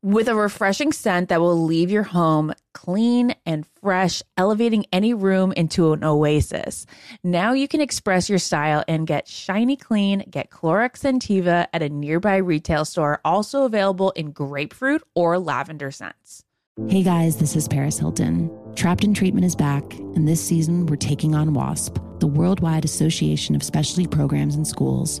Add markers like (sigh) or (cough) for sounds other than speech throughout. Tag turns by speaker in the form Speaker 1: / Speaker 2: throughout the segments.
Speaker 1: With a refreshing scent that will leave your home clean and fresh, elevating any room into an oasis. Now you can express your style and get shiny clean. Get Clorox Sentiva at a nearby retail store, also available in grapefruit or lavender scents.
Speaker 2: Hey guys, this is Paris Hilton. Trapped in Treatment is back, and this season we're taking on WASP, the Worldwide Association of Specialty Programs and Schools.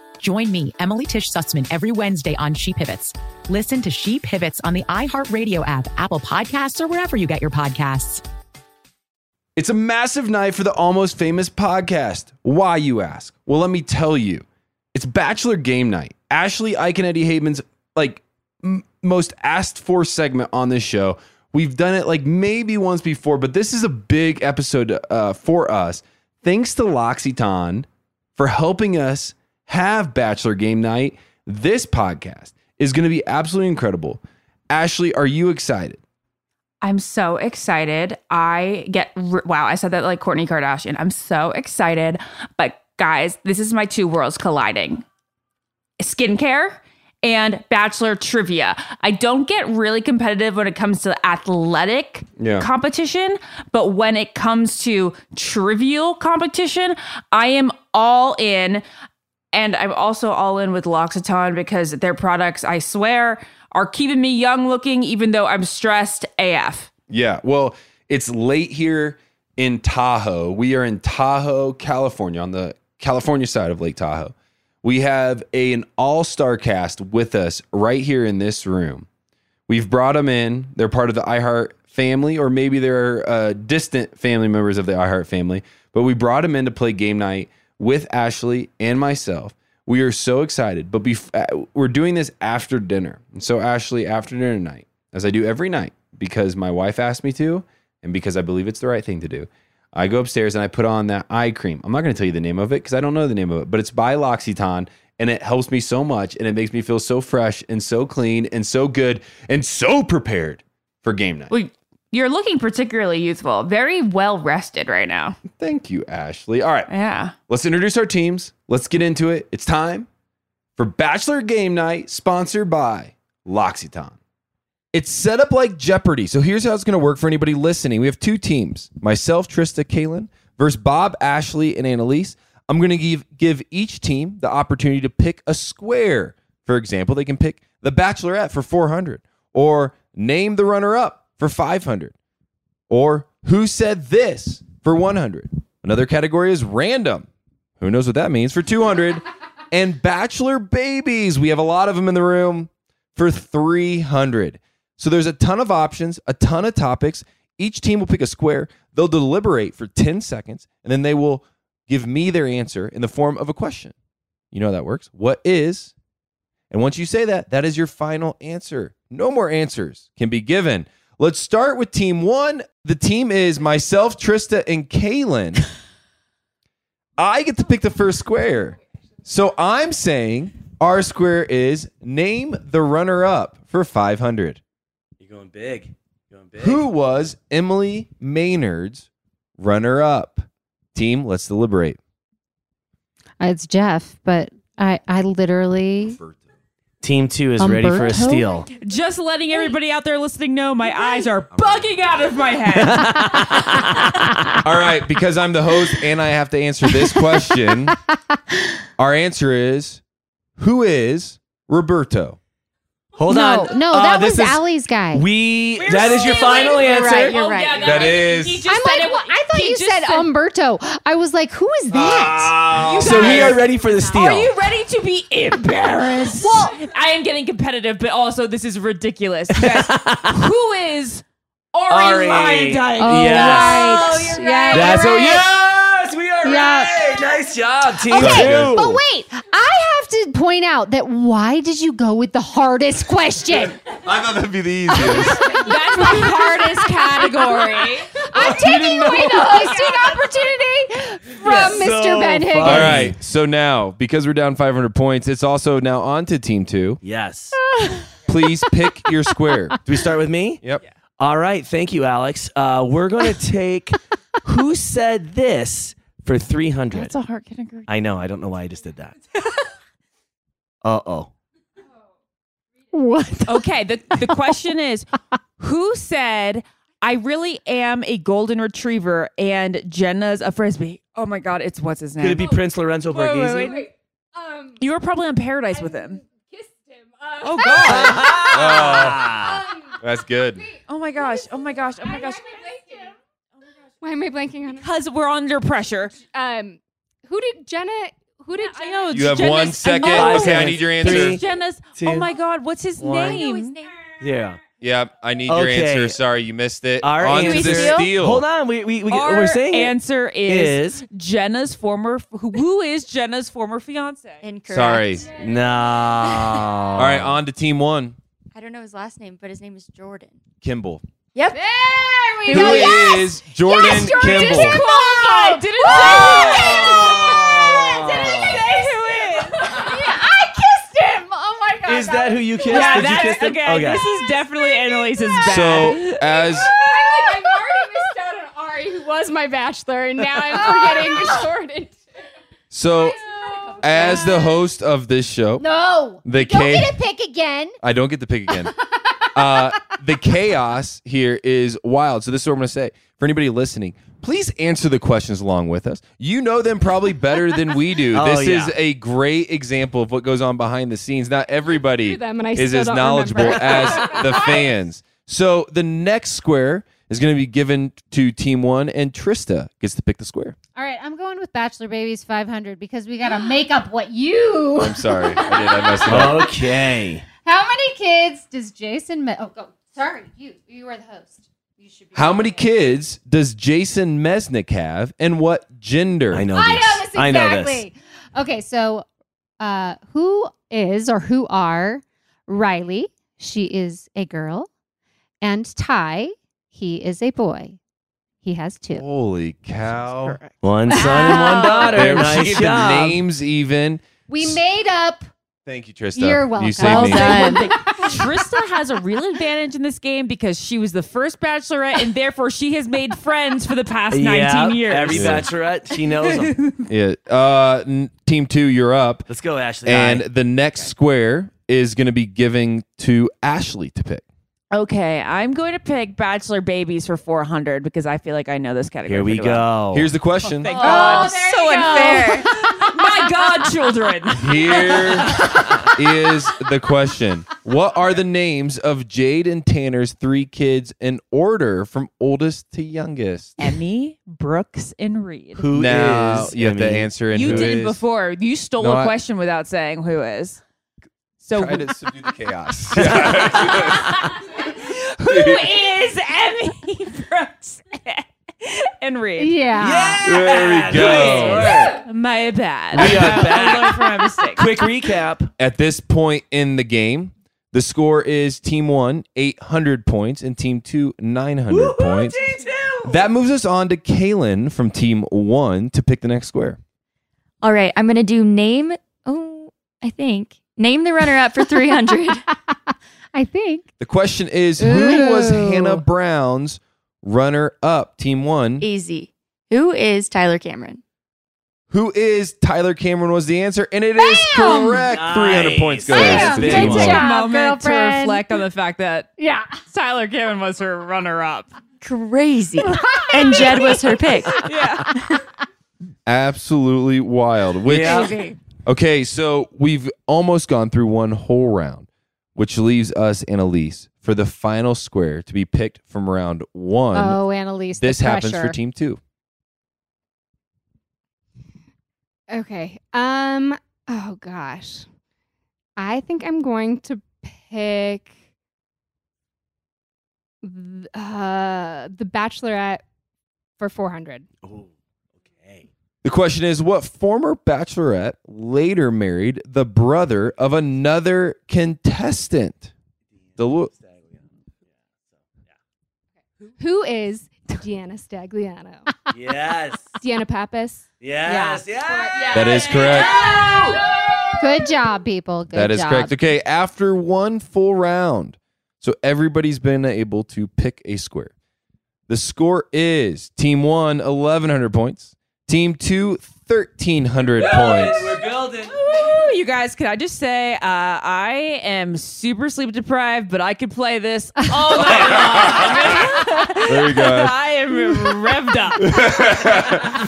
Speaker 3: Join me, Emily Tish Sussman, every Wednesday on She Pivots. Listen to She Pivots on the iHeartRadio app, Apple Podcasts, or wherever you get your podcasts.
Speaker 4: It's a massive night for the Almost Famous podcast. Why, you ask? Well, let me tell you. It's Bachelor Game Night. Ashley Ike and Eddie Haven's like m- most asked for segment on this show. We've done it like maybe once before, but this is a big episode uh, for us. Thanks to L'Occitane for helping us have Bachelor Game Night. This podcast is going to be absolutely incredible. Ashley, are you excited?
Speaker 5: I'm so excited. I get r- wow, I said that like Courtney Kardashian. I'm so excited. But guys, this is my two worlds colliding. Skincare and bachelor trivia. I don't get really competitive when it comes to athletic
Speaker 4: Yeah.
Speaker 5: competition, but when it comes to trivial competition, I am all in. And I'm also all in with L'Occitane because their products, I swear, are keeping me young looking, even though I'm stressed AF.
Speaker 4: Yeah. Well, it's late here in Tahoe. We are in Tahoe, California, on the California side of Lake Tahoe. We have a, an all star cast with us right here in this room. We've brought them in. They're part of the iHeart family, or maybe they're uh, distant family members of the iHeart family. But we brought them in to play game night with Ashley and myself. We are so excited. But bef- uh, we're doing this after dinner. And so, Ashley, after dinner night, as I do every night, because my wife asked me to, and because I believe it's the right thing to do, I go upstairs and I put on that eye cream. I'm not going to tell you the name of it because I don't know the name of it, but it's by L'Occitane and it helps me so much and it makes me feel so fresh and so clean and so good and so prepared for game night.
Speaker 5: Well, you're looking particularly youthful, very well rested right now.
Speaker 4: Thank you, Ashley. All right,
Speaker 5: Yeah.
Speaker 4: let's introduce our teams. Let's get into it. It's time for Bachelor Game Night, sponsored by L'Occitane. It's set up like Jeopardy. So here's how it's going to work for anybody listening. We have two teams myself, Trista Kalen, versus Bob, Ashley, and Annalise. I'm going to give give each team the opportunity to pick a square. For example, they can pick the Bachelorette for 400, or name the runner up for 500, or who said this for 100. Another category is random. Who knows what that means for 200? and Bachelor Babies. We have a lot of them in the room for 300. So there's a ton of options, a ton of topics. Each team will pick a square. They'll deliberate for 10 seconds, and then they will give me their answer in the form of a question. You know how that works. What is? And once you say that, that is your final answer. No more answers can be given. Let's start with team one. The team is myself, Trista, and Kaylin. (laughs) I get to pick the first square. So I'm saying our square is name the runner up for 500.
Speaker 6: You're going big. You're going big.
Speaker 4: Who was Emily Maynard's runner up? Team, let's deliberate.
Speaker 7: Uh, It's Jeff, but I I literally
Speaker 6: Team two is ready for a
Speaker 7: Umberto?
Speaker 6: steal.
Speaker 1: Just letting everybody out there listening know my eyes are bugging out of my head.
Speaker 4: All right, because I'm the host and I have to answer this
Speaker 7: (laughs)
Speaker 4: question, our answer is who is Roberto?
Speaker 6: Hold
Speaker 7: no,
Speaker 6: on.
Speaker 7: no,
Speaker 6: Uh,
Speaker 7: that
Speaker 6: this
Speaker 7: was
Speaker 6: is-
Speaker 7: Allie's guy. Oh,
Speaker 6: We. that is your final answer.
Speaker 7: You're right. You're right.
Speaker 4: That is.
Speaker 7: I'm like, "What?" I thought you said, Umberto. I was like, who is that?
Speaker 1: You
Speaker 6: so we
Speaker 1: guys-
Speaker 6: are ready for the steal.
Speaker 1: Are you ready to be embarrassed? well, I am getting competitive, but also this is ridiculous. You guys, who is Ari
Speaker 6: Ari.
Speaker 1: Lyondike?
Speaker 6: Oh, Yes.
Speaker 7: right. Yeah,
Speaker 6: That's
Speaker 7: you're
Speaker 6: oh
Speaker 7: right.
Speaker 6: yes, we are
Speaker 7: Yeah.
Speaker 6: right. Nice job, team
Speaker 7: Okay,
Speaker 6: two.
Speaker 7: but wait, I have to point out that why did you go with the hardest question? (laughs)
Speaker 4: I thought that'd be the easiest.
Speaker 1: Oh, (laughs) That's the hardest category.
Speaker 7: I'm taking away the hosting opportunity from Mr.
Speaker 6: so
Speaker 7: Ben Higgins.
Speaker 4: All right, so now because we're down 500 points, it's also now on to team two.
Speaker 6: Yes.
Speaker 4: Please pick your
Speaker 6: (laughs)
Speaker 4: square.
Speaker 6: Do we start with me?
Speaker 4: (laughs) Yep.
Speaker 6: All right. Thank you, Alex. Uh, we're
Speaker 1: (laughs)
Speaker 6: going to take Who Said This for 300.
Speaker 7: That's a hard category.
Speaker 6: I know. I don't know why I just did
Speaker 1: (laughs)
Speaker 6: that. Uh oh.
Speaker 7: What?
Speaker 1: Okay, the, the question is who said, I really am a golden retriever and Jenna's a frisbee? Oh my God, it's what's his name?
Speaker 6: Could it be Prince Lorenzo
Speaker 1: Wait, wait,
Speaker 6: Borghese?
Speaker 1: wait.
Speaker 8: Um,
Speaker 1: You were probably on Paradise with him.
Speaker 8: uh,
Speaker 1: Oh
Speaker 6: (laughs)
Speaker 1: God.
Speaker 6: Ah.
Speaker 4: that's good.
Speaker 1: oh my gosh. Oh my gosh. Oh my gosh.
Speaker 8: why am I blanking on her?
Speaker 1: Because we're under pressure.
Speaker 8: Um, who did Jenna? Who did Jenna?
Speaker 1: know,
Speaker 4: You have
Speaker 1: Jenna's-
Speaker 4: one second.
Speaker 1: Oh,
Speaker 4: okay, I need your answer.
Speaker 6: Three.
Speaker 1: Jenna's.
Speaker 6: two,
Speaker 1: oh my God. What's his
Speaker 6: one.
Speaker 1: name?
Speaker 6: Yeah.
Speaker 4: Yeah, I need your
Speaker 6: Okay.
Speaker 4: answer. Sorry, you missed it.
Speaker 6: Our
Speaker 4: on to
Speaker 6: answer-
Speaker 4: the steal.
Speaker 6: Hold on. We, we, we,
Speaker 1: Our
Speaker 6: we're saying it
Speaker 1: answer is,
Speaker 6: is-
Speaker 1: Jenna's former. Who, who is Jenna's former fiance?
Speaker 8: Incorrect.
Speaker 4: Sorry.
Speaker 6: No. All
Speaker 4: All right, on to team one.
Speaker 8: I don't know his last name, but his name is Jordan.
Speaker 4: Kimball.
Speaker 1: Yep.
Speaker 8: There we
Speaker 4: Who is
Speaker 8: go.
Speaker 4: Jordan,
Speaker 8: Yes, Jordan
Speaker 4: Kimball?
Speaker 8: Kimball.
Speaker 1: I didn't
Speaker 8: Didn't say who it is. Yeah, I kissed him. Oh my god.
Speaker 6: Is that who you kissed?
Speaker 1: Yeah,
Speaker 6: Did you
Speaker 1: that's
Speaker 6: kiss them?
Speaker 1: okay. This is definitely Annalise's bad.
Speaker 4: So as
Speaker 8: I think I've already missed out on Ari, who was my bachelor, and now
Speaker 9: (laughs)
Speaker 8: I'm forgetting Jordan.
Speaker 4: so as the host of this show,
Speaker 7: No.
Speaker 4: the
Speaker 7: Don't
Speaker 4: K
Speaker 7: get a pick again.
Speaker 4: I don't get the pick again. uh, the chaos here is wild. So this is what I'm going to say for anybody listening. Please answer the questions along with us. You know them probably better than we do.
Speaker 6: (laughs) Oh,
Speaker 4: this
Speaker 6: yeah.
Speaker 4: is a great example of what goes on behind the scenes. Not everybody
Speaker 8: through them and I
Speaker 4: is
Speaker 8: still
Speaker 4: as
Speaker 8: don't
Speaker 4: knowledgeable
Speaker 8: remember.
Speaker 4: as
Speaker 8: (laughs)
Speaker 4: the fans. So the next square is going to be given to Team One, and Trista gets to pick the square.
Speaker 7: All right, I'm going with Bachelor Babies 500 because we got to make up what you.
Speaker 4: I'm sorry, I did. I messed it up.
Speaker 6: Okay.
Speaker 7: How many kids does Jason? Me- oh, go. Sorry, you. You are the host. You should be.
Speaker 4: How many kids does Jason Mesnick have, and what gender?
Speaker 6: I know this.
Speaker 7: I know this exactly.
Speaker 6: I know this.
Speaker 7: Okay, so uh, who is or who are Riley? She is a girl, and Ty. He is a boy. He has two.
Speaker 4: Holy cow!
Speaker 6: One son and one daughter.
Speaker 4: There,
Speaker 6: nice
Speaker 4: she get the
Speaker 6: job.
Speaker 4: names even.
Speaker 7: We made up.
Speaker 4: Thank you, Trista.
Speaker 7: You're welcome.
Speaker 4: You saved
Speaker 7: Well
Speaker 4: me.
Speaker 1: (laughs) One
Speaker 7: done.
Speaker 1: thing. Trista has a real advantage in this game because she was the first bachelorette and therefore she has made friends for the past 19 years.
Speaker 6: Every bachelorette, she knows
Speaker 4: (laughs)
Speaker 6: them.
Speaker 4: Yeah. Uh, n- team two, you're up.
Speaker 6: Let's go, Ashley.
Speaker 4: And
Speaker 6: Aye.
Speaker 4: the next square is going to be giving to Ashley to pick.
Speaker 1: Okay, I'm going to pick Bachelor Babies for 400 because I feel like I know this category.
Speaker 7: Here we
Speaker 1: pretty well.
Speaker 7: go.
Speaker 4: Here's the question.
Speaker 7: Oh,
Speaker 1: Thank God. so unfair. My God,
Speaker 7: (laughs)
Speaker 1: children.
Speaker 4: Here is the question. What are the names of Jade and Tanner's three kids in order from oldest to youngest?
Speaker 1: (laughs) Emmy, Brooks, and Reed.
Speaker 7: Who is
Speaker 4: now you have to
Speaker 7: Emmy?
Speaker 4: answer and
Speaker 1: You
Speaker 4: who
Speaker 1: did
Speaker 4: is.
Speaker 1: it before. You stole
Speaker 4: No,
Speaker 1: a
Speaker 4: I-
Speaker 1: question without saying who is. So
Speaker 4: Try to subdue the (laughs) chaos.
Speaker 1: (laughs) who is Emmy Brooks and Reed?
Speaker 9: Yeah.
Speaker 4: There we go.
Speaker 1: Yeah. My bad.
Speaker 7: We are back.
Speaker 1: I learned from my
Speaker 8: (laughs)
Speaker 1: mistake.
Speaker 7: Quick recap.
Speaker 4: At this point in the game, the score is Team 1, 800 points, and Team 2, 900 points. That moves us on to Kaylin from Team 1 to pick the next square.
Speaker 8: All right, I'm gonna do name. Oh, I think name the runner up for (laughs) 300.
Speaker 9: I think.
Speaker 4: The question is Who was
Speaker 8: Ooh.
Speaker 4: Hannah Brown's runner up? Team 1.
Speaker 8: Easy. Who is Tyler Cameron?
Speaker 4: Who is Tyler Cameron was the answer, and it is correct. 300 points goes
Speaker 7: Nice.
Speaker 4: to
Speaker 7: Good
Speaker 4: Team 1.
Speaker 1: a
Speaker 7: job.
Speaker 1: moment
Speaker 8: Ah, girlfriend.
Speaker 1: to reflect on the fact that
Speaker 8: Yeah.
Speaker 1: Tyler Cameron was her runner up. (laughs)
Speaker 8: Crazy. and Jed was her pick.
Speaker 1: Yeah.
Speaker 4: Absolutely wild. Which Okay, so we've almost gone through one whole round, which leaves us and Elise for the final square to be picked from round one.
Speaker 9: Oh, Annalise. the
Speaker 4: this happens for
Speaker 9: pressure.
Speaker 4: team two.
Speaker 9: Okay. Um. Oh gosh, I think I'm going to pick th- uh the Bachelorette for 400.
Speaker 4: The question is what former bachelorette later married the brother of another contestant? The lo-
Speaker 9: Who is Deanna Stagliano?
Speaker 7: Yes.
Speaker 9: Deanna Pappas.
Speaker 7: Yes. Yes.
Speaker 4: that is correct.
Speaker 9: Good job, people. Good
Speaker 4: That is
Speaker 9: job.
Speaker 4: correct. Okay, after one full round, so everybody's been able to pick a square. The score is Team 1, 1,100 points. Team 2, 1,300 points.
Speaker 7: building.
Speaker 1: Woo, you guys, can I just say uh, I am super sleep deprived, but I could play
Speaker 7: (laughs)
Speaker 1: this all night long.
Speaker 4: There you go.
Speaker 1: I am revved up.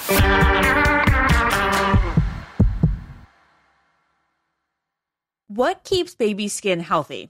Speaker 1: What keeps baby skin healthy?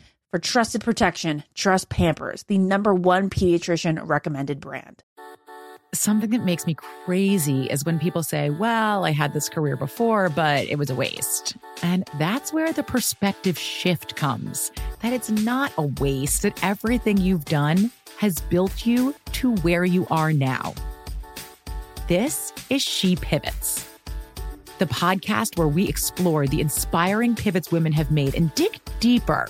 Speaker 1: For trusted protection, trust Pampers, the number one pediatrician recommended brand.
Speaker 3: Something that makes me crazy is when people say, Well, I had this career before, but it was a waste. And that's where the perspective shift comes that it's not a waste, that everything you've done has built you to where you are now. This is She Pivots, the podcast where we explore the inspiring pivots women have made and dig deeper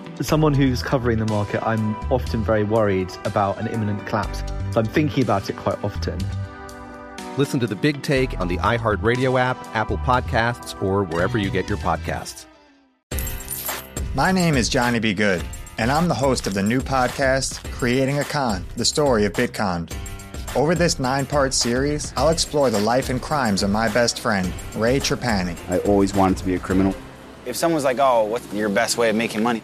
Speaker 10: As someone who's covering the market, I'm often very worried about an imminent collapse. So I'm thinking about it quite often.
Speaker 11: Listen to the big take on the iHeartRadio app, Apple Podcasts, or wherever you get your podcasts.
Speaker 12: My name is Johnny B. Good, and I'm the host of the new podcast, Creating a Con The Story of Bitcon. Over this nine part series, I'll explore the life and crimes of my best friend, Ray Trapani.
Speaker 13: I always wanted to be a criminal.
Speaker 14: If someone's like, oh, what's your best way of making money?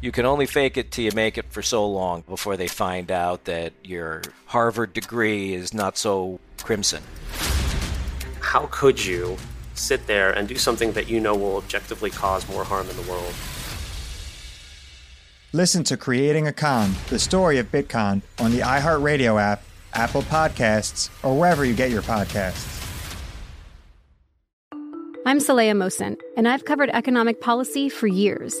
Speaker 15: You can only fake it till you make it for so long before they find out that your Harvard degree is not so crimson.
Speaker 16: How could you sit there and do something that you know will objectively cause more harm in the world?
Speaker 12: Listen to Creating a Con, the story of Bitcoin, on the iHeartRadio app, Apple Podcasts, or wherever you get your podcasts.
Speaker 17: I'm Saleya Mosin, and I've covered economic policy for years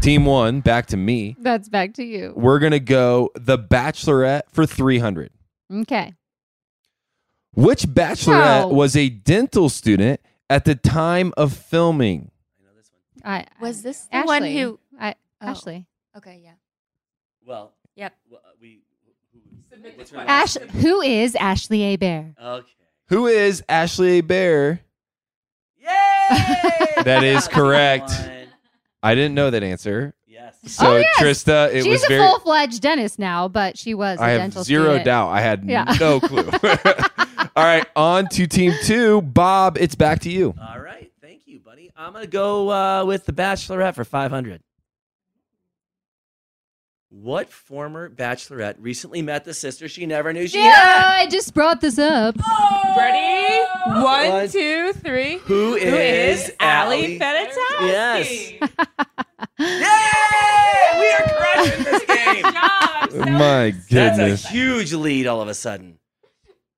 Speaker 4: Team one, back to me.
Speaker 7: That's back to you.
Speaker 4: We're gonna go The Bachelorette for three hundred.
Speaker 7: Okay.
Speaker 4: Which Bachelorette was a dental student at the time of filming?
Speaker 7: I
Speaker 8: Was this the
Speaker 7: Ashley.
Speaker 8: one who?
Speaker 7: I Ashley.
Speaker 8: oh. Okay, yeah.
Speaker 18: Well, uh,
Speaker 8: Yep.
Speaker 18: we.
Speaker 7: Ash who is Ashley A. Bear?
Speaker 18: Okay.
Speaker 4: Who is Ashley Bear? Yay! that is correct. I didn't know that answer. Yes. So
Speaker 7: Oh, yes.
Speaker 4: Trista, it
Speaker 7: She's
Speaker 4: was
Speaker 7: a
Speaker 4: very.
Speaker 7: full fledged dentist now, but she was a
Speaker 4: I have
Speaker 7: dental
Speaker 4: zero
Speaker 7: student.
Speaker 4: doubt. I had
Speaker 7: Yeah. (laughs)
Speaker 4: no clue. (laughs) All right, on to team two. Bob, it's back to you.
Speaker 18: All right. Thank you, buddy.
Speaker 19: I'm going to go uh, with The Bachelorette for 500. What former bachelorette recently met the sister she never knew she
Speaker 7: Yeah,
Speaker 19: had?
Speaker 7: I just brought this up.
Speaker 8: Oh.
Speaker 1: Ready?
Speaker 19: One.
Speaker 1: One, two, three.
Speaker 19: Who is
Speaker 1: Allie
Speaker 19: Ally
Speaker 1: Fetitowski?
Speaker 19: Yes. (laughs)
Speaker 18: We are crushing this game.
Speaker 4: My Oh, goodness.
Speaker 19: That's a huge lead all of a sudden.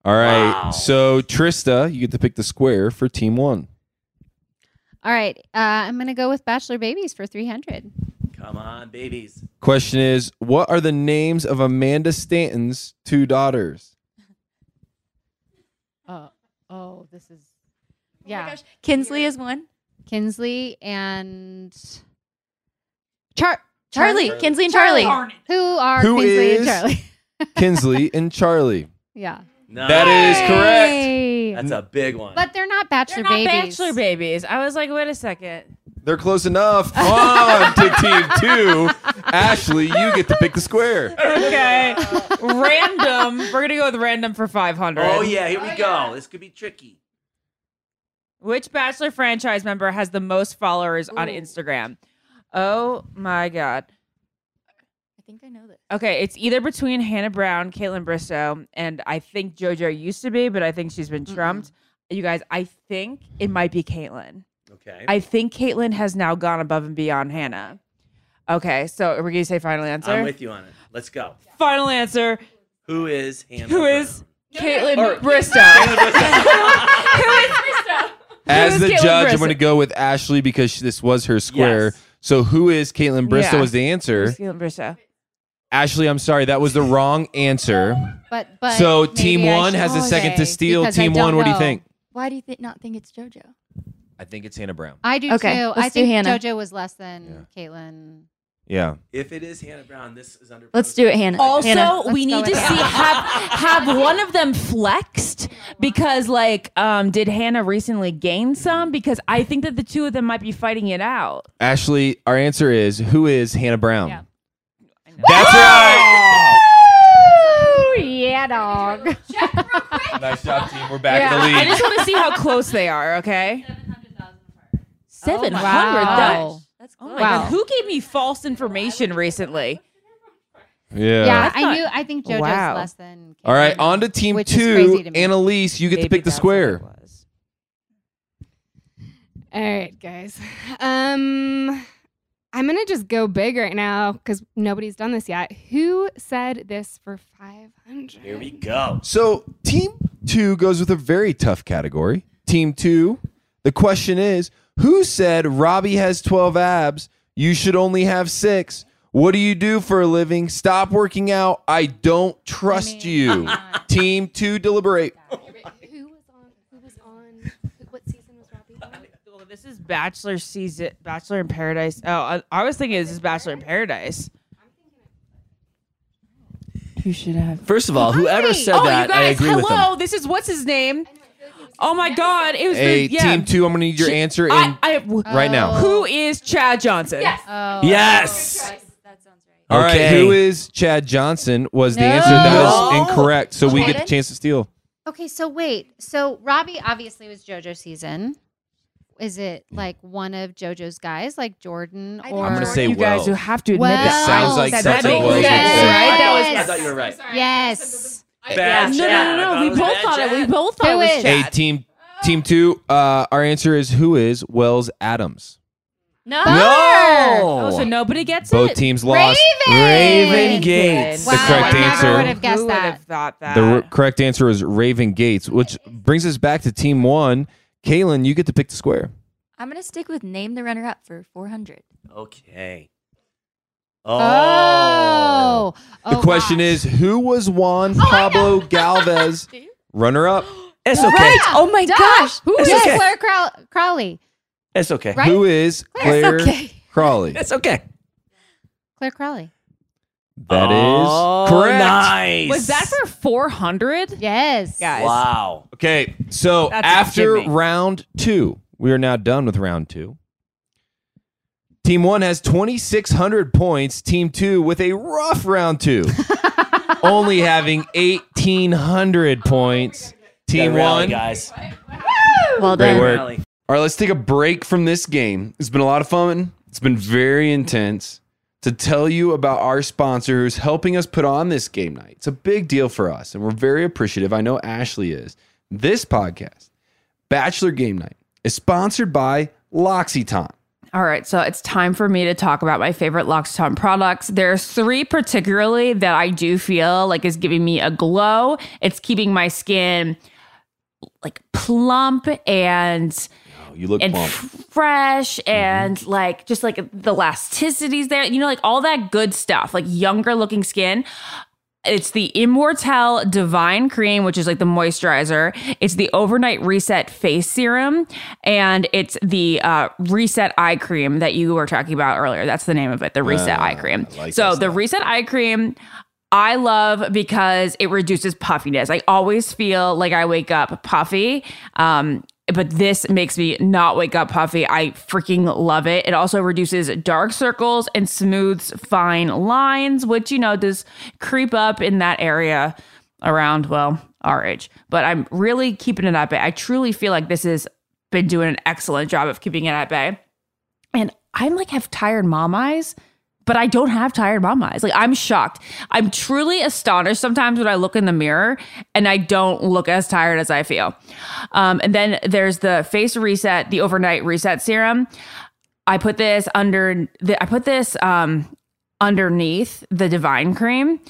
Speaker 4: All right, so Trista, you get to pick the square for team one.
Speaker 7: All right. Uh, I'm gonna go with Bachelor Babies for three hundred.
Speaker 19: Come on, babies.
Speaker 4: Question is, what are the names of Amanda Stanton's two daughters?
Speaker 8: Uh,
Speaker 7: Oh, oh, this is
Speaker 8: Oh
Speaker 7: yeah.
Speaker 8: Kinsley is one.
Speaker 7: Kinsley and Char
Speaker 8: Charlie. Kinsley and Charlie.
Speaker 7: Who are
Speaker 4: Who
Speaker 7: Kinsley
Speaker 4: is-
Speaker 7: and Charlie? (laughs)
Speaker 4: Kinsley and Charlie.
Speaker 7: yeah.
Speaker 4: That is correct.
Speaker 7: Hey.
Speaker 19: That's a big one.
Speaker 7: But they're not Bachelor
Speaker 1: They're not
Speaker 7: Babies.
Speaker 1: bachelor babies. I was like, wait a second.
Speaker 4: They're close enough. On (laughs) to team two. Ashley, you get to pick the square.
Speaker 1: Okay. (laughs) random. We're gonna go with random for five hundred.
Speaker 19: Oh, yeah, here we go. This could be tricky.
Speaker 1: Which Bachelor franchise member has the most followers on
Speaker 8: Ooh.
Speaker 1: Instagram? Oh my god.
Speaker 8: I think I know this.
Speaker 1: Okay, it's either between Hannah Brown, Caitlyn Bristow, and I think JoJo used to be, but I think she's been trumped. You guys, I think it might be Caitlyn.
Speaker 19: Okay.
Speaker 1: I think Caitlyn has now gone above and beyond Hannah. Okay, so are we gonna say final answer?
Speaker 6: I'm with you on it. Let's go.
Speaker 1: Final answer.
Speaker 6: Who is Hannah?
Speaker 1: Who is Caitlin Bristow? (laughs)
Speaker 4: As
Speaker 1: Who's
Speaker 4: the
Speaker 1: Caitlin
Speaker 4: judge, I'm
Speaker 1: Bristow?
Speaker 4: going to go with Ashley because she, this was her square. So who is Caitlin Bristow?
Speaker 1: Yeah.
Speaker 4: Is the answer?
Speaker 1: Who's Caitlin Bristow?
Speaker 4: Ashley, I'm sorry, that was the wrong answer.
Speaker 8: But,
Speaker 4: so team one has a second to steal. Team one, what do you think?
Speaker 8: Why do you th- not think it's JoJo?
Speaker 4: I think it's Hannah Brown.
Speaker 7: I do
Speaker 8: Okay,
Speaker 7: too. I
Speaker 8: let's do
Speaker 7: think
Speaker 8: Hannah.
Speaker 7: JoJo was less than Caitlin.
Speaker 4: Yeah.
Speaker 6: If it is Hannah Brown, this is under.
Speaker 8: Let's do it, Hannah.
Speaker 6: Also,
Speaker 8: Hannah.
Speaker 20: Also, we need to see have have one of them flexed
Speaker 1: Because like, um, did Hannah recently gain some? Because I think that the two of them might be fighting it out.
Speaker 4: Ashley, our answer is who is Hannah Brown?
Speaker 1: That's
Speaker 4: right.
Speaker 7: Ooh, Oh! (laughs) yeah, dog.
Speaker 4: nice job, team. We're back in the lead.
Speaker 1: I just want to see how close they are. Okay. Seven
Speaker 7: my
Speaker 1: hundred
Speaker 7: gosh.
Speaker 1: thousand.
Speaker 8: That's
Speaker 1: Oh
Speaker 8: close.
Speaker 1: my god! Who gave me false information recently?
Speaker 4: Yeah.
Speaker 7: yeah,
Speaker 1: That's
Speaker 7: I
Speaker 1: not-
Speaker 7: knew. I think JoJo's
Speaker 1: Wow.
Speaker 7: less than.
Speaker 4: All right, on to team two. Annalise, you get to pick the square.
Speaker 2: All right, guys. Um, I'm gonna just go big right now because nobody's done this yet. Who said this for five
Speaker 6: (laughs)
Speaker 2: hundred?
Speaker 6: Here we go.
Speaker 4: So team two goes with a very tough category. Team two, the question is who said Robbie has 12 abs? You should only have six. What do you do for a living? Stop working out. I don't trust you. (laughs) team two, deliberate.
Speaker 1: Well, this is Bachelor season, Bachelor in Paradise. Oh, I, I was thinking this is Bachelor in Paradise. You should have.
Speaker 6: First of all, whoever said
Speaker 1: oh,
Speaker 6: that,
Speaker 1: you guys,
Speaker 6: I agree
Speaker 1: hello.
Speaker 6: with them.
Speaker 1: This is what's his name. Oh my God! It was
Speaker 4: Hey,
Speaker 1: the, yeah.
Speaker 4: team two, I'm going to need your answer in
Speaker 1: I, Oh, I, w-
Speaker 4: right now.
Speaker 1: Who is Chad Johnson? Yes.
Speaker 7: Oh.
Speaker 6: Yes.
Speaker 4: All right,
Speaker 6: Okay.
Speaker 4: who is Chad Johnson? Was the
Speaker 7: No.
Speaker 4: answer that
Speaker 7: No.
Speaker 4: was incorrect. So we get the
Speaker 7: Jaden?
Speaker 4: chance to steal.
Speaker 7: Okay, so wait. So Robbie obviously was JoJo season. Is it like one of JoJo's guys, like Jordan or?
Speaker 4: I'm gonna say
Speaker 1: you guys
Speaker 4: Wells.
Speaker 1: who have to admit
Speaker 7: Wells.
Speaker 1: that
Speaker 4: It sounds like
Speaker 1: that
Speaker 4: something
Speaker 1: makes
Speaker 4: Wells would
Speaker 1: sense,
Speaker 4: say.
Speaker 1: right? That was
Speaker 6: I thought you were right.
Speaker 7: yes.
Speaker 6: Bad
Speaker 1: No,
Speaker 6: chat.
Speaker 1: no,
Speaker 6: I
Speaker 1: no,
Speaker 6: thought it was
Speaker 1: no. We both
Speaker 6: bad
Speaker 1: thought it. We
Speaker 6: chat.
Speaker 1: both thought it was
Speaker 4: Hey,
Speaker 1: Chad.
Speaker 4: team team two. Uh, our answer is who is Wells Adams.
Speaker 1: No.
Speaker 4: No.
Speaker 1: Oh, so nobody gets it.
Speaker 4: Both teams lost. Raven, Gates. the correct answer.
Speaker 7: guessed
Speaker 1: Who would have thought that?
Speaker 4: The r- correct answer is Raven Gates, which brings us back to team one. Kaylin, you get to pick the square.
Speaker 8: I'm gonna stick with name the runner up for 400.
Speaker 6: Okay.
Speaker 4: Oh. the question is who was Juan Pablo Galvez runner up?
Speaker 6: It's
Speaker 7: Oh my gosh. Who
Speaker 6: It's
Speaker 7: is
Speaker 6: okay.
Speaker 7: Claire Crow- Crowley?
Speaker 6: It's okay.
Speaker 7: Right?
Speaker 4: Who is Claire
Speaker 7: It's okay.
Speaker 4: Crawley?
Speaker 6: It's okay.
Speaker 7: Claire Crowley.
Speaker 4: That is
Speaker 6: Oh,
Speaker 4: correct.
Speaker 6: nice.
Speaker 1: Was that for 400?
Speaker 7: Yes.
Speaker 1: Guys.
Speaker 6: Wow.
Speaker 4: Okay, so
Speaker 1: That's a
Speaker 4: after
Speaker 1: gimme.
Speaker 4: round two, we are now done with round two. Team one has 2,600 points. Team two with a rough round
Speaker 1: (laughs)
Speaker 4: two, only having 1,800 points. Team
Speaker 6: Gotta rally,
Speaker 4: one,
Speaker 6: guys.
Speaker 8: Well
Speaker 4: Great
Speaker 8: done.
Speaker 4: work. All right, let's take a break from this game. It's been a lot of fun. It's been very intense. To tell you about our sponsor who's helping us put on this game night. It's a big deal for us, and we're very appreciative. I know Ashley is. This podcast, Bachelor Game Night, is sponsored by L'Occitane.
Speaker 1: All right, so it's time for me to talk about my favorite L'Occitane products. There's three particularly that I do feel like is giving me a glow. It's keeping my skin like plump and
Speaker 4: You look
Speaker 1: and
Speaker 4: plump. Mm-hmm.
Speaker 1: fresh and like just like the elasticity's there, you know, like all that good stuff, like younger looking skin. It's the Immortelle Divine Cream, which is like the moisturizer. It's the Overnight Reset Face Serum, and it's the uh, Reset Eye Cream that you were talking about earlier. That's the name of it, the Reset Eye Cream. so the Reset Eye Cream, I love because it reduces puffiness. I always feel like I wake up puffy. Um, but this makes me not wake up puffy. I freaking love it. It also reduces dark circles and smooths fine lines, which, you know, does creep up in that area around, well, our age. But I'm really keeping it at bay. I truly feel like this has been doing an excellent job of keeping it at bay and I'm like have tired mom eyes, but I don't have tired mom eyes. Like I'm shocked. I'm truly astonished sometimes when I look in the mirror and I don't look as tired as I feel. Um, and then there's the face reset, the overnight reset serum. I put this under the, I put this um underneath the divine cream.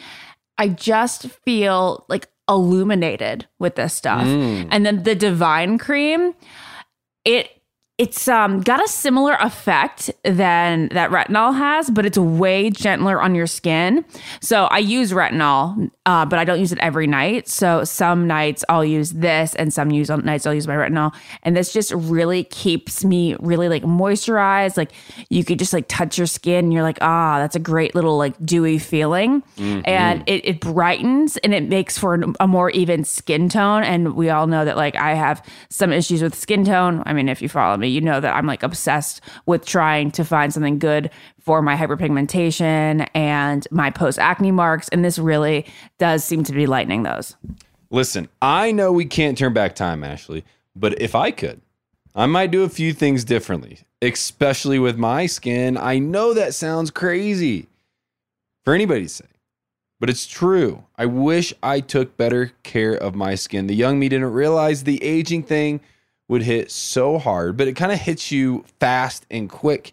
Speaker 1: I just feel like illuminated with this stuff.
Speaker 2: Mm.
Speaker 1: And then the divine cream, it it's um got a similar effect than that retinol has, but it's way gentler on your skin. So I use retinol, uh, but I don't use it every night. So some nights I'll use this, and some use on nights I'll use my retinol, and this just really keeps me really like moisturized. Like you could just like touch your skin, and you're like, ah, that's a great little like dewy feeling,
Speaker 2: Mhm.
Speaker 4: Mm-hmm.
Speaker 1: and it, it brightens and it makes for an- a more even skin tone. And we all know that, like, I have some issues with skin tone. I mean, if you follow me, you know that I'm like obsessed with trying to find something good for my hyperpigmentation and my post acne marks. And this really does seem to be lightening those.
Speaker 4: Listen, I know we can't turn back time, Ashley, but if I could, I might do a few things differently, especially with my skin. I know that sounds crazy for anybody to say, but it's true. I wish I took better care of my skin. The young me didn't realize the aging thing would hit so hard, but it kind of hits you fast and quick.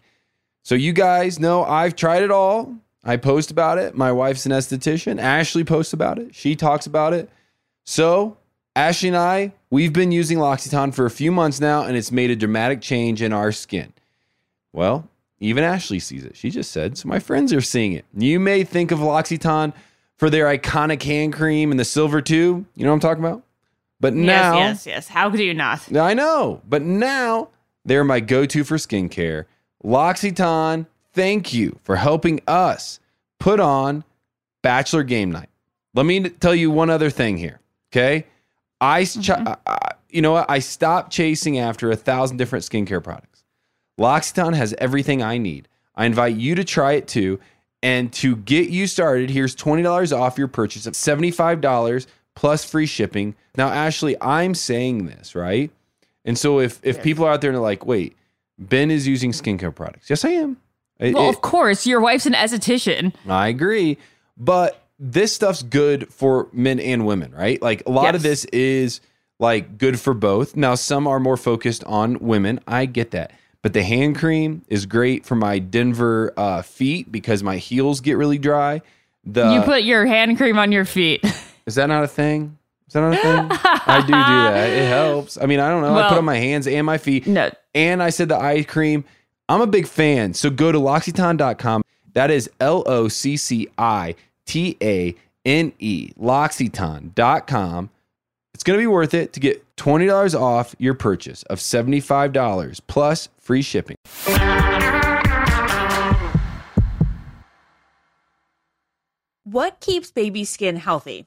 Speaker 4: So you guys know I've tried it all. I post about it. My wife's an esthetician. Ashley posts about it. She talks about it. So Ashley and I, we've been using L'Occitane for a few months now, and it's made a dramatic change in our skin. Well, even Ashley sees it. She just said, so my friends are seeing it. You may think of L'Occitane for their iconic hand cream and the silver tube. You know what I'm talking about? But now
Speaker 1: yes, yes, yes. How could you not?
Speaker 4: now, I know, but now they're my go to for skincare. L'Occitane, thank you for helping us put on Bachelor Game Night. Let me tell you one other thing here, okay? I, ch-
Speaker 1: Mm-hmm.
Speaker 4: I- I- you know what? I stopped chasing after a thousand different skincare products. L'Occitane has everything I need. I invite you to try it too. And to get you started, here's $20 off your purchase of $75 plus free shipping. Now, Ashley, I'm saying this, right? And so if if people are out there and they're like, wait, Ben is using skincare products. Yes, I am. It-
Speaker 1: well,
Speaker 4: it-
Speaker 1: of course, your wife's an esthetician.
Speaker 4: I agree. But this stuff's good for men and women, right? Like a lot of this is like good for both. Now, some are more focused on women. I get that. But the hand cream is great for my Denver uh, feet because my heels get really dry. The
Speaker 1: you put your hand cream on your feet.
Speaker 4: is that not a thing? Is that not a
Speaker 1: (laughs)
Speaker 4: thing? I do do that. It helps. I mean, I don't know. I put
Speaker 1: Well-
Speaker 4: on my hands and my feet. And I said the eye cream. I'm a big fan. So go to L'Occitane.com. That is L O C C I T A N E, L'Occitane.com. It's going to be worth it to get $20 off your purchase of $75 plus free shipping.
Speaker 21: What keeps baby skin healthy?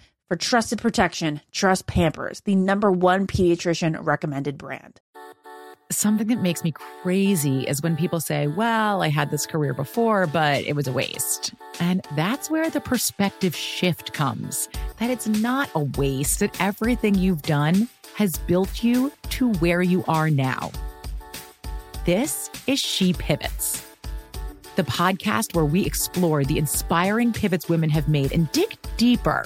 Speaker 21: For trusted protection, trust Pampers, the number one pediatrician recommended brand.
Speaker 3: Something that makes me crazy is when people say, Well, I had this career before, but it was a waste. And that's where the perspective shift comes that it's not a waste, that everything you've done has built you to where you are now. This is She Pivots, the podcast where we explore the inspiring pivots women have made and dig deeper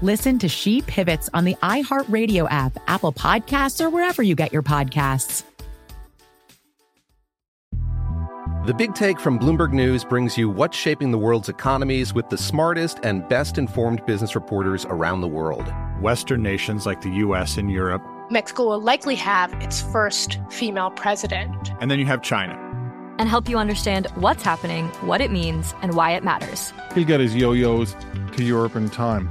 Speaker 3: Listen to She Pivots on the iHeartRadio app, Apple Podcasts, or wherever you get your podcasts.
Speaker 22: The Big Take from Bloomberg News brings you what's shaping the world's economies with the smartest and best informed business reporters around the world.
Speaker 23: Western nations like the US and Europe.
Speaker 24: Mexico will likely have its first female president.
Speaker 23: And then you have China.
Speaker 24: And help you understand what's happening, what it means, and why it matters.
Speaker 25: He'll get his yo yo's to Europe in time.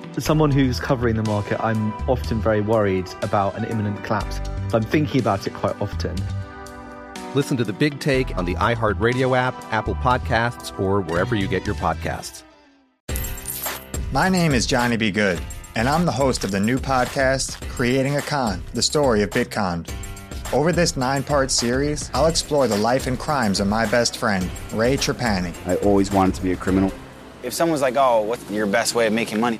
Speaker 26: As someone who's covering the market, I'm often very worried about an imminent collapse. So I'm thinking about it quite often.
Speaker 22: Listen to The Big Take on the iHeartRadio app, Apple Podcasts, or wherever you get your podcasts.
Speaker 12: My name is Johnny B. Good, and I'm the host of the new podcast, Creating a Con The Story of Bitcon. Over this nine part series, I'll explore the life and crimes of my best friend, Ray Trapani.
Speaker 24: I always wanted to be a criminal.
Speaker 14: If someone's like, oh, what's your best way of making money?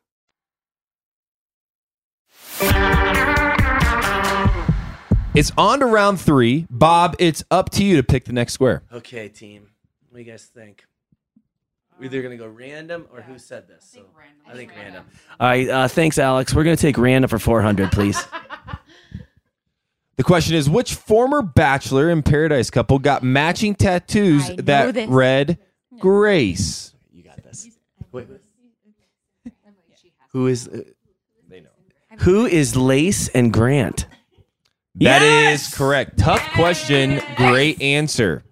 Speaker 4: It's on to round three. Bob, it's up to you to pick the next square.
Speaker 6: Okay, team. What do you guys think? We're either gonna go random or who said this? So I think random. All right. Uh, thanks, Alex. We're gonna take random for four hundred, please.
Speaker 4: (laughs) The question is which former bachelor and paradise couple got matching tattoos
Speaker 6: I know
Speaker 4: that
Speaker 6: this.
Speaker 4: read Grace?
Speaker 6: You got this. Wait, who is? Uh, they know. Who is Lace and Grant?
Speaker 4: That is correct. Tough question. Great answer.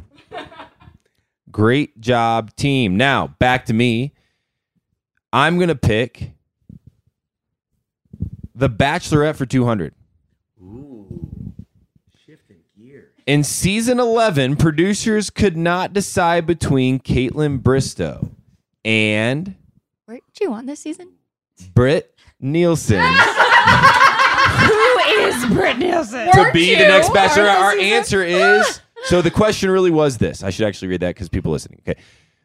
Speaker 4: Great job, team. Now, back to me. I'm going to pick The Bachelorette for 200. In season 11, producers could not decide between Caitlin Bristow and
Speaker 8: Weren't you on this season?
Speaker 4: Britt Nielsen
Speaker 8: (laughs) Who is Britt Nielsen?
Speaker 4: to be the next bachelorette. Our answer is so the question really was this. I should actually read that because people listening. Okay.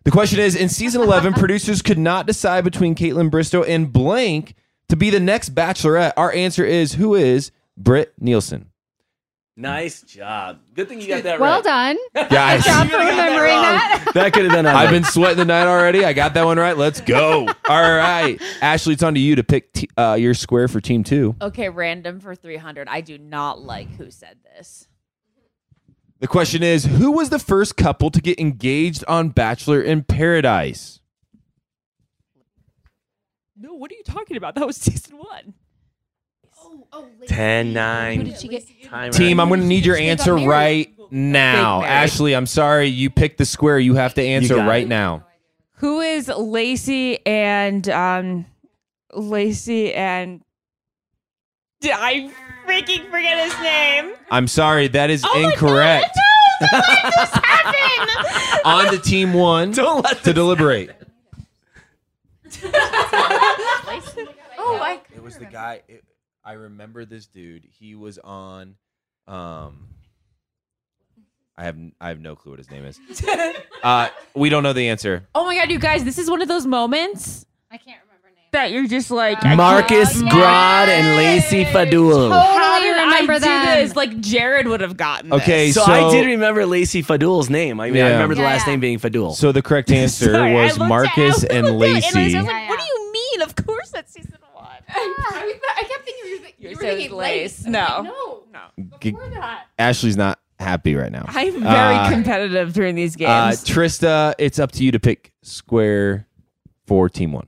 Speaker 4: The question is in
Speaker 7: (laughs)
Speaker 4: season 11, producers could not decide between Caitlin Bristow and blank to be the next bachelorette. Our answer is who is Britt Nielsen?
Speaker 6: Nice job. Good thing you got that
Speaker 7: Well
Speaker 6: right.
Speaker 7: done.
Speaker 4: Guys.
Speaker 7: Good job
Speaker 4: You
Speaker 7: for
Speaker 6: really got that
Speaker 7: remembering that.
Speaker 4: That could have (laughs) been I've been sweating the night already. I got that one right. Let's (laughs) go. All right. Ashley, it's on to you to pick t- uh, your square for team two.
Speaker 27: Okay, random for 300. I do not like who said this.
Speaker 4: The question is who was the first couple to get engaged on Bachelor in Paradise?
Speaker 27: No, what are you talking about? That was season one.
Speaker 6: Oh 10, 9.
Speaker 7: Who did she get?
Speaker 6: Timer.
Speaker 4: Team, I'm going (laughs) to need your
Speaker 7: They got
Speaker 4: answer
Speaker 7: married.
Speaker 4: right now.
Speaker 1: married.
Speaker 4: Ashley, I'm sorry. You picked the square. You have to answer
Speaker 6: got
Speaker 4: right
Speaker 6: it.
Speaker 4: now.
Speaker 1: Who is Lacey and um Lacey and D- I freaking forget his name.
Speaker 4: I'm sorry. That is incorrect. (laughs) On to team (laughs) one to deliberate.
Speaker 8: Oh, I
Speaker 4: It was the guy. It, I remember this dude. He was on. Um, I have I have no clue what his name (laughs) is. Uh, we don't know the answer.
Speaker 1: Oh my god, you guys, this is one of those moments. I can't remember names. That you're just like I
Speaker 6: Marcus
Speaker 1: can't-
Speaker 6: Grodd and Lacey Fadul.
Speaker 1: How did
Speaker 7: remember
Speaker 1: I do
Speaker 7: them.
Speaker 1: this? Like Jared would have gotten.
Speaker 4: Okay,
Speaker 6: so, I
Speaker 4: so-
Speaker 6: did remember Lacey Fadul's name. I mean, I
Speaker 4: Yeah.
Speaker 6: remember the
Speaker 1: Yeah,
Speaker 6: last
Speaker 1: yeah.
Speaker 6: name being Fadul.
Speaker 4: So
Speaker 6: (laughs)
Speaker 4: the (laughs) correct answer
Speaker 6: Sorry, I
Speaker 4: was
Speaker 6: looked at-
Speaker 4: Marcus
Speaker 6: I
Speaker 4: (laughs) and
Speaker 1: And I was
Speaker 4: Lacey.
Speaker 1: like, what do you mean? Of course that's season one.
Speaker 9: I, I kept thinking you were, you
Speaker 1: Yours
Speaker 9: were
Speaker 1: says
Speaker 9: thinking
Speaker 1: lace.
Speaker 9: lace.
Speaker 1: No.
Speaker 9: I was like, no.
Speaker 4: G-
Speaker 9: Before that.
Speaker 4: Ashley's not happy right now.
Speaker 1: I'm very
Speaker 4: Uh,
Speaker 1: competitive during these games.
Speaker 4: Uh, Trista, it's up to you to pick square for team one.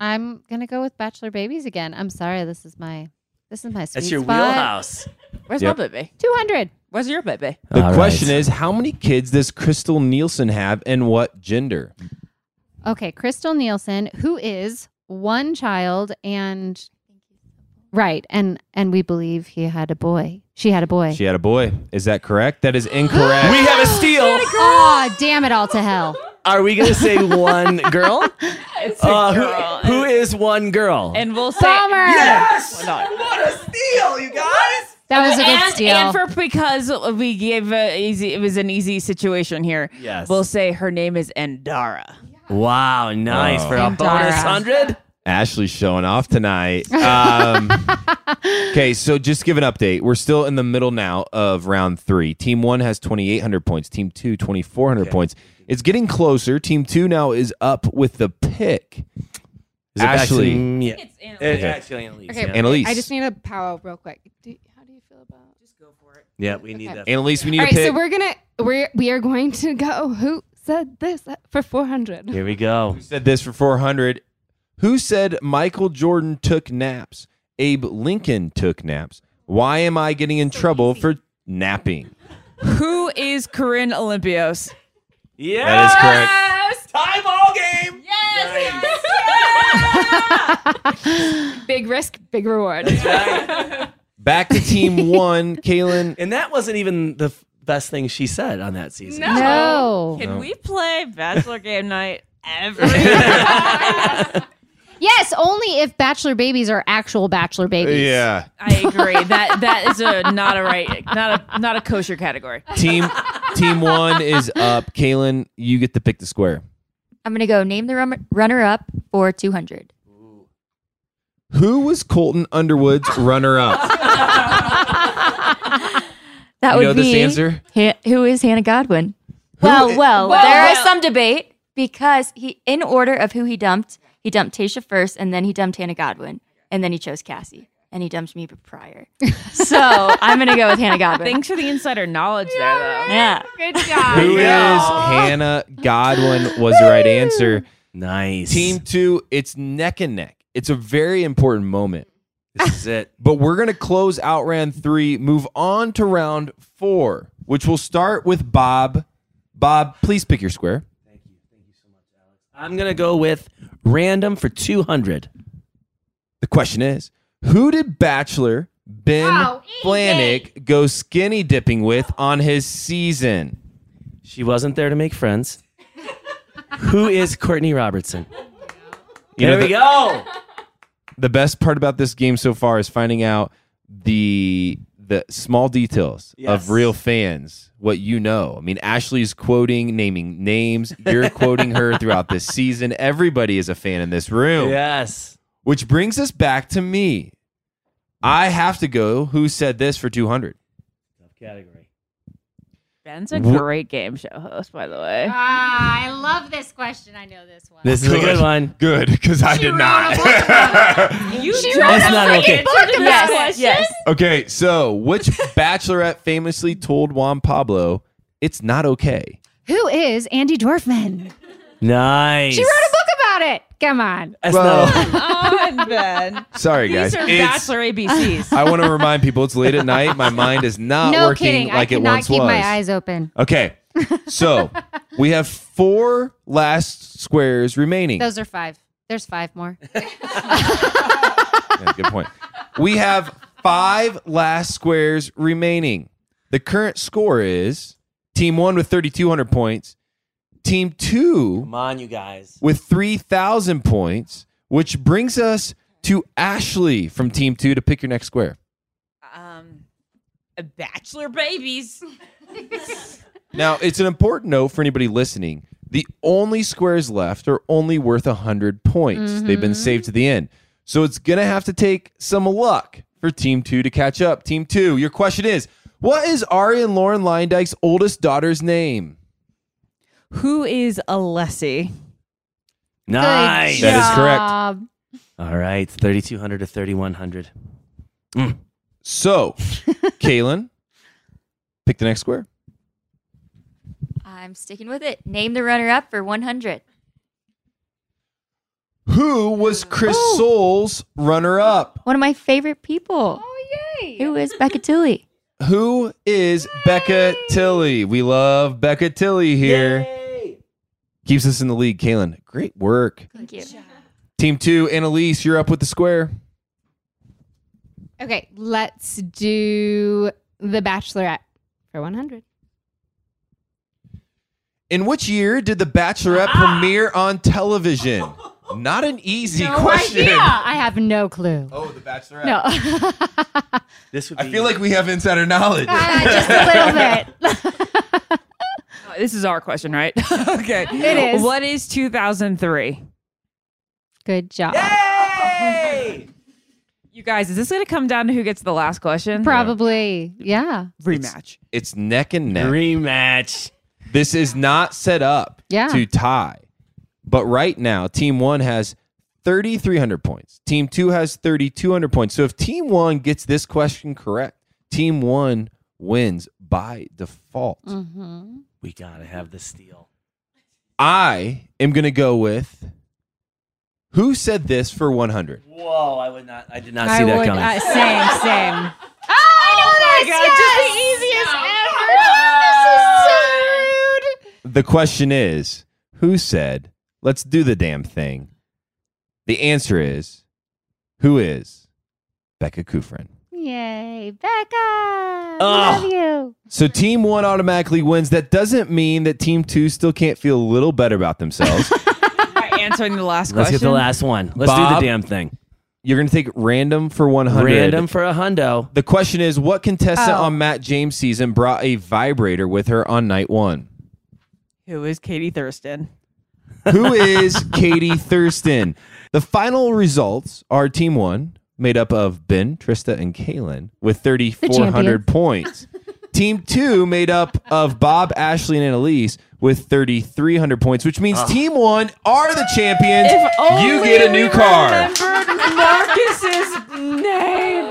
Speaker 7: I'm gonna go with Bachelor Babies again. I'm sorry, this is my this is my sweet
Speaker 6: That's your
Speaker 7: spot.
Speaker 6: wheelhouse. Uh,
Speaker 1: Where's
Speaker 4: Yep.
Speaker 1: my baby?
Speaker 7: Two hundred.
Speaker 1: Where's your baby?
Speaker 4: The
Speaker 6: All
Speaker 4: question
Speaker 6: right.
Speaker 4: is, how many kids does Crystal Nielsen have, and what gender?
Speaker 7: Okay, Crystal Nielsen, who is one child and right, and and we believe he had a boy. She had a boy.
Speaker 4: She had a boy. Is that correct? That is incorrect.
Speaker 6: we have a steal.
Speaker 7: Aw, damn it all to hell.
Speaker 6: Are we going to
Speaker 4: (laughs)
Speaker 6: say one girl?
Speaker 1: It's
Speaker 6: Uh, who, who is one girl?
Speaker 1: And we'll say
Speaker 7: Bummer.
Speaker 1: Why not?
Speaker 6: What a steal, you guys!
Speaker 7: That was a good
Speaker 1: and,
Speaker 7: steal.
Speaker 1: And for because we gave a easy, it was an easy situation here.
Speaker 6: Yes.
Speaker 1: We'll say her name is Endara.
Speaker 6: Wow, nice
Speaker 4: Oh.
Speaker 6: for a
Speaker 1: And
Speaker 6: bonus
Speaker 1: Dara.
Speaker 6: hundred.
Speaker 4: Ashley's showing off tonight. Um, okay, so just give an update. We're still in the middle now of round three. Team one has 2,800 points, team two, 2,400 points. It's getting closer. Team two now is up with the pick.
Speaker 6: Is it back to-
Speaker 4: Ashley.
Speaker 6: Mm, yeah. It's Annalise.
Speaker 4: Okay.
Speaker 6: Actually, Annalise.
Speaker 9: Okay,
Speaker 6: yeah.
Speaker 4: Annalise.
Speaker 9: I just need a powwow real quick. Do, how do you feel about?
Speaker 6: Yeah, we need that.
Speaker 4: Annalise, we need a
Speaker 9: All right,
Speaker 4: pick.
Speaker 9: so we're gonna we're we are going to go. Who said this for four hundred?
Speaker 6: Here we go.
Speaker 4: Who said this for 400? Who said Michael Jordan took naps? Abe Lincoln took naps. Why am I getting in trouble for napping?
Speaker 1: Who is Corinne Olympios?
Speaker 6: Yeah,
Speaker 4: That is correct.
Speaker 6: Tie ball game.
Speaker 9: (laughs) Big risk, big
Speaker 6: (laughs)
Speaker 9: reward.
Speaker 4: Back to team one, Kaylin.
Speaker 6: And that wasn't even the f- best thing she said on that season.
Speaker 1: No.
Speaker 7: No.
Speaker 1: Can
Speaker 4: No.
Speaker 1: we play Bachelor Game Night (laughs) every time?
Speaker 7: Yes, only if bachelor babies are actual bachelor babies.
Speaker 4: Yeah.
Speaker 1: I agree. That that is a not a right not a not a kosher category.
Speaker 4: Team team one is up. Kaylin, you get to pick the square.
Speaker 8: I'm gonna go name the run- runner up for 200.
Speaker 4: Who was Colton Underwood's runner up?
Speaker 8: That
Speaker 4: You
Speaker 8: would
Speaker 4: know
Speaker 8: be
Speaker 4: this answer?
Speaker 8: Ha- who is Hannah Godwin? Well, well,
Speaker 1: Well,
Speaker 8: there is
Speaker 1: well.
Speaker 8: some debate because he, in order of who he dumped, he dumped Tasha first, and then he dumped Hannah Godwin, and then he chose Cassie, and he dumped me
Speaker 4: (laughs)
Speaker 8: prior. so I'm gonna go with
Speaker 1: (laughs)
Speaker 8: Hannah Godwin.
Speaker 1: Thanks for the insider knowledge there though.
Speaker 8: yeah.
Speaker 1: (laughs)
Speaker 9: Good job.
Speaker 4: Who is Hannah Godwin was the right answer.
Speaker 6: Nice.
Speaker 4: Team two, it's neck and neck. It's a very important moment.
Speaker 6: This is it.
Speaker 4: But we're going to close out round three, move on to round four, which will start with Bob. Bob, please pick your square.
Speaker 6: I'm gonna go with random for two hundred.
Speaker 4: The question is Who did Bachelor Ben Flanick go skinny dipping with on his season?
Speaker 6: She wasn't there to make friends. Who is Courtney Robertson?
Speaker 4: You know
Speaker 6: there we
Speaker 4: the-
Speaker 6: go.
Speaker 4: The best part about this game so far is finding out the the small details
Speaker 6: Yes.
Speaker 4: of real fans, what you know. I mean, Ashley's quoting, naming names. You're quoting
Speaker 6: (laughs)
Speaker 4: her throughout this season. Everybody is a fan in this room.
Speaker 6: Yes.
Speaker 4: Which brings us back to me. I have to go. Who said this for 200?
Speaker 6: Tough category.
Speaker 1: Ben's a
Speaker 4: Wh-
Speaker 1: great game show host, by the way.
Speaker 7: (laughs) Ah, I love this question. I know this one.
Speaker 6: This is a good one.
Speaker 4: Good, because I did (laughs) not.
Speaker 1: You
Speaker 7: She
Speaker 1: don't
Speaker 7: wrote
Speaker 6: That's
Speaker 1: have
Speaker 6: not
Speaker 1: the
Speaker 6: okay.
Speaker 1: answer to this
Speaker 8: Yes,
Speaker 1: question.
Speaker 8: yes.
Speaker 4: okay, so which bachelorette famously told Juan Pablo, it's not okay?
Speaker 7: Who is Andy Dorfman?
Speaker 6: Nice.
Speaker 7: She wrote a book about about it. Come on.
Speaker 6: That's not
Speaker 4: Well-
Speaker 2: on,
Speaker 7: (laughs)
Speaker 2: Ben.
Speaker 4: (laughs) Sorry, guys.
Speaker 2: These are
Speaker 4: It's-
Speaker 2: bachelor ABCs.
Speaker 4: I want to remind people it's late at night. My mind is (laughs) not
Speaker 7: no
Speaker 4: working
Speaker 7: kidding.
Speaker 4: like
Speaker 7: I
Speaker 4: it
Speaker 7: cannot
Speaker 4: once
Speaker 7: keep
Speaker 4: was.
Speaker 7: my eyes open.
Speaker 4: Okay. So we have four last squares remaining.
Speaker 7: Those are five. There's
Speaker 4: (laughs)
Speaker 7: five more.
Speaker 4: Yeah, good point. We have five last squares remaining. The current score is Team One with 3,200 points, Team Two
Speaker 6: Come on, you guys.
Speaker 4: with 3,000 points, which brings us to Ashley from Team Two to pick your next square.
Speaker 2: Um, bachelor
Speaker 1: (laughs)
Speaker 2: babies.
Speaker 4: Now, it's an important note for anybody listening. The only squares left are only worth 100 points. They've been saved to the end. So it's going to have to take some luck for Team 2 to catch up. Team 2, your question is What is Ari and Lauren Leindyke's oldest daughter's name?
Speaker 28: Who is Alessi?
Speaker 6: Nice.
Speaker 4: That is correct.
Speaker 6: All right, 3,200 to Mm. 3,100.
Speaker 4: So, Kaylin, pick the next square.
Speaker 8: I'm sticking with it. Name the runner up for 100.
Speaker 4: Who was Chris Soule's runner up?
Speaker 8: Oh. One of my favorite people. Oh, yay. Who is Becca Tilly?
Speaker 4: Who is Becca Tilly? We love Becca Tilly here. Keeps us in the league, Kaylin. Great work.
Speaker 8: Thank you.
Speaker 4: Team two, Annalise, you're up with the square.
Speaker 9: Okay, let's do The Bachelorette for 100.
Speaker 4: In which year did The Bachelorette
Speaker 8: Ah!
Speaker 4: premiere on
Speaker 8: (laughs)
Speaker 4: television? Not an easy question.
Speaker 7: I have no clue.
Speaker 4: Oh, The Bachelorette.
Speaker 7: No,
Speaker 6: This would
Speaker 4: I feel like we have insider
Speaker 1: (laughs)
Speaker 4: knowledge.
Speaker 7: just (laughs) a little bit.
Speaker 2: this is our question, right? (laughs) okay.
Speaker 7: It is.
Speaker 2: What is 2003?
Speaker 7: Good job.
Speaker 2: You guys, is this going to come down to who gets the last question?
Speaker 7: Probably. Yeah.
Speaker 2: Rematch.
Speaker 4: It's neck and neck.
Speaker 6: Rematch.
Speaker 4: This is not set up
Speaker 7: Yeah.
Speaker 4: to tie. But right now, team one has 3,300 points. Team two has 3,200 points. So if team one gets this question correct, team one wins by default.
Speaker 6: Mm-hmm. We got to have the steal.
Speaker 4: I am going to go with who said this for 100?
Speaker 6: Whoa, I would not. I did not
Speaker 4: I
Speaker 6: see that
Speaker 4: would-
Speaker 6: coming.
Speaker 4: uh,
Speaker 28: same, same.
Speaker 2: Oh, my God. Just the easiest ever. This is so rude.
Speaker 4: The question is who said, let's do the damn thing? The answer is who is Becca Kufrin?
Speaker 7: Yay, Becca.
Speaker 4: Ugh.
Speaker 7: we Love you.
Speaker 4: So team one automatically wins. That doesn't mean that team two still can't feel a little better about
Speaker 6: (laughs)
Speaker 4: themselves.
Speaker 2: By answering the last
Speaker 6: Let's
Speaker 2: question.
Speaker 6: get the last one. Let's do
Speaker 4: Bob,
Speaker 6: the damn thing.
Speaker 4: You're going to take random for 100.
Speaker 6: Random for a hundo.
Speaker 4: The question is what contestant
Speaker 28: Oh.
Speaker 4: on Matt James' season brought a vibrator with her on night one?
Speaker 28: Who is Katie Thurston?
Speaker 4: Who is Katie Thurston? The final results are team one, made up of Ben, Trista, and Kaylin, with
Speaker 25: champions.
Speaker 4: 3,400 points. team two, made up of Bob, Ashley, and Annalise, with 3,300 points, which means team one are the champions. you get a new car.
Speaker 2: Remembered Marcus's name.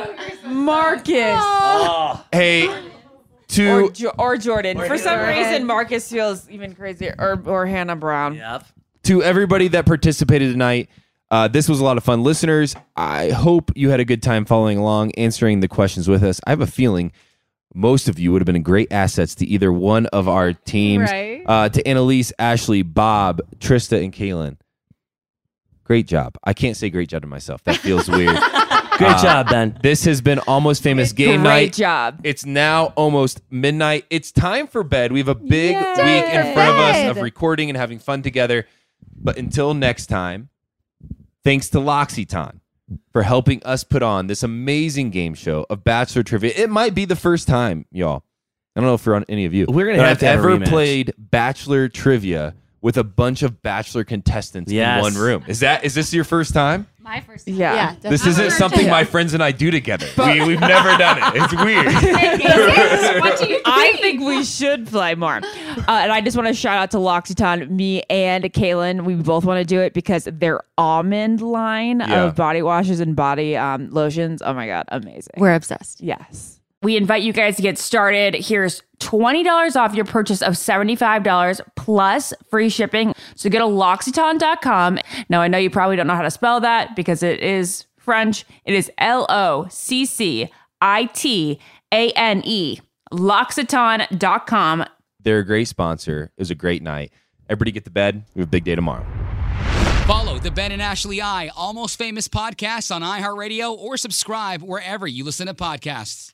Speaker 2: Marcus.
Speaker 6: Oh.
Speaker 4: Hey,
Speaker 2: Or,
Speaker 4: to.
Speaker 2: jo- or Jordan.
Speaker 28: Or
Speaker 2: For some
Speaker 28: Jordan.
Speaker 2: reason, Marcus feels even crazier. Or, or Hannah Brown.
Speaker 6: Yep.
Speaker 4: to everybody that participated tonight. Uh, this was a lot of fun, listeners. I hope you had a good time following along, answering the questions with us. I have a feeling most of you would have been great assets to either one of our teams,
Speaker 29: Right.
Speaker 4: uh, to Annalise, Ashley, Bob, Trista, and Kaylin. Great job. I can't say great job to myself. That feels weird. great
Speaker 6: job, Ben.
Speaker 4: Uh, This has been Almost Famous Game
Speaker 2: Great
Speaker 4: Night.
Speaker 2: job.
Speaker 4: It's now almost midnight. It's time for bed. We have a big week in
Speaker 2: for
Speaker 4: front of us
Speaker 2: bed.
Speaker 4: of recording and having fun together. But until next time, thanks to Loxiton for helping us put on this amazing game show of Bachelor Trivia. It might be the first time, y'all. I don't know if we're on any of you.
Speaker 6: We're gonna
Speaker 4: that
Speaker 6: have
Speaker 4: I've
Speaker 6: to have a
Speaker 4: ever
Speaker 6: rematch.
Speaker 4: played Bachelor Trivia with a bunch of Bachelor contestants
Speaker 6: Yes.
Speaker 4: in one room. Is that is this your first time?
Speaker 9: My first
Speaker 2: Yeah.
Speaker 4: This isn't something my friends and I do together. we, we've never done it. It's (laughs)
Speaker 1: (laughs)
Speaker 4: weird.
Speaker 2: I think we should play more. Uh, and I just want to shout out to L'Occitane, me and Kaylin. We both want to do it because their almond line
Speaker 8: Yeah.
Speaker 2: of body washes and body um, lotions. Oh my God, amazing.
Speaker 8: We're obsessed.
Speaker 2: Yes.
Speaker 1: We invite you guys to get started. Here's $20 off your purchase of $75 plus free shipping. So go to loxiton.com. Now, I know you probably don't know how to spell that because it is French. It is L O C C I T A N E, loxiton.com.
Speaker 4: They're a great sponsor. It was a great night. Everybody get to bed. We have a big day tomorrow.
Speaker 22: Follow the Ben and Ashley I Almost Famous podcast on iHeartRadio or subscribe wherever you listen to podcasts.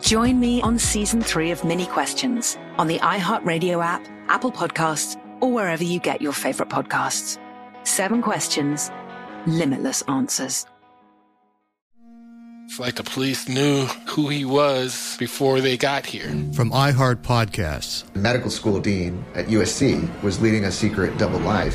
Speaker 28: Join me on season three of Mini Questions on the iHeartRadio app, Apple Podcasts, or wherever you get your favorite podcasts. Seven questions, limitless answers.
Speaker 30: It's like the police knew who he was before they got here.
Speaker 31: From iHeart Podcasts,
Speaker 32: the medical school dean at USC was leading a secret double life.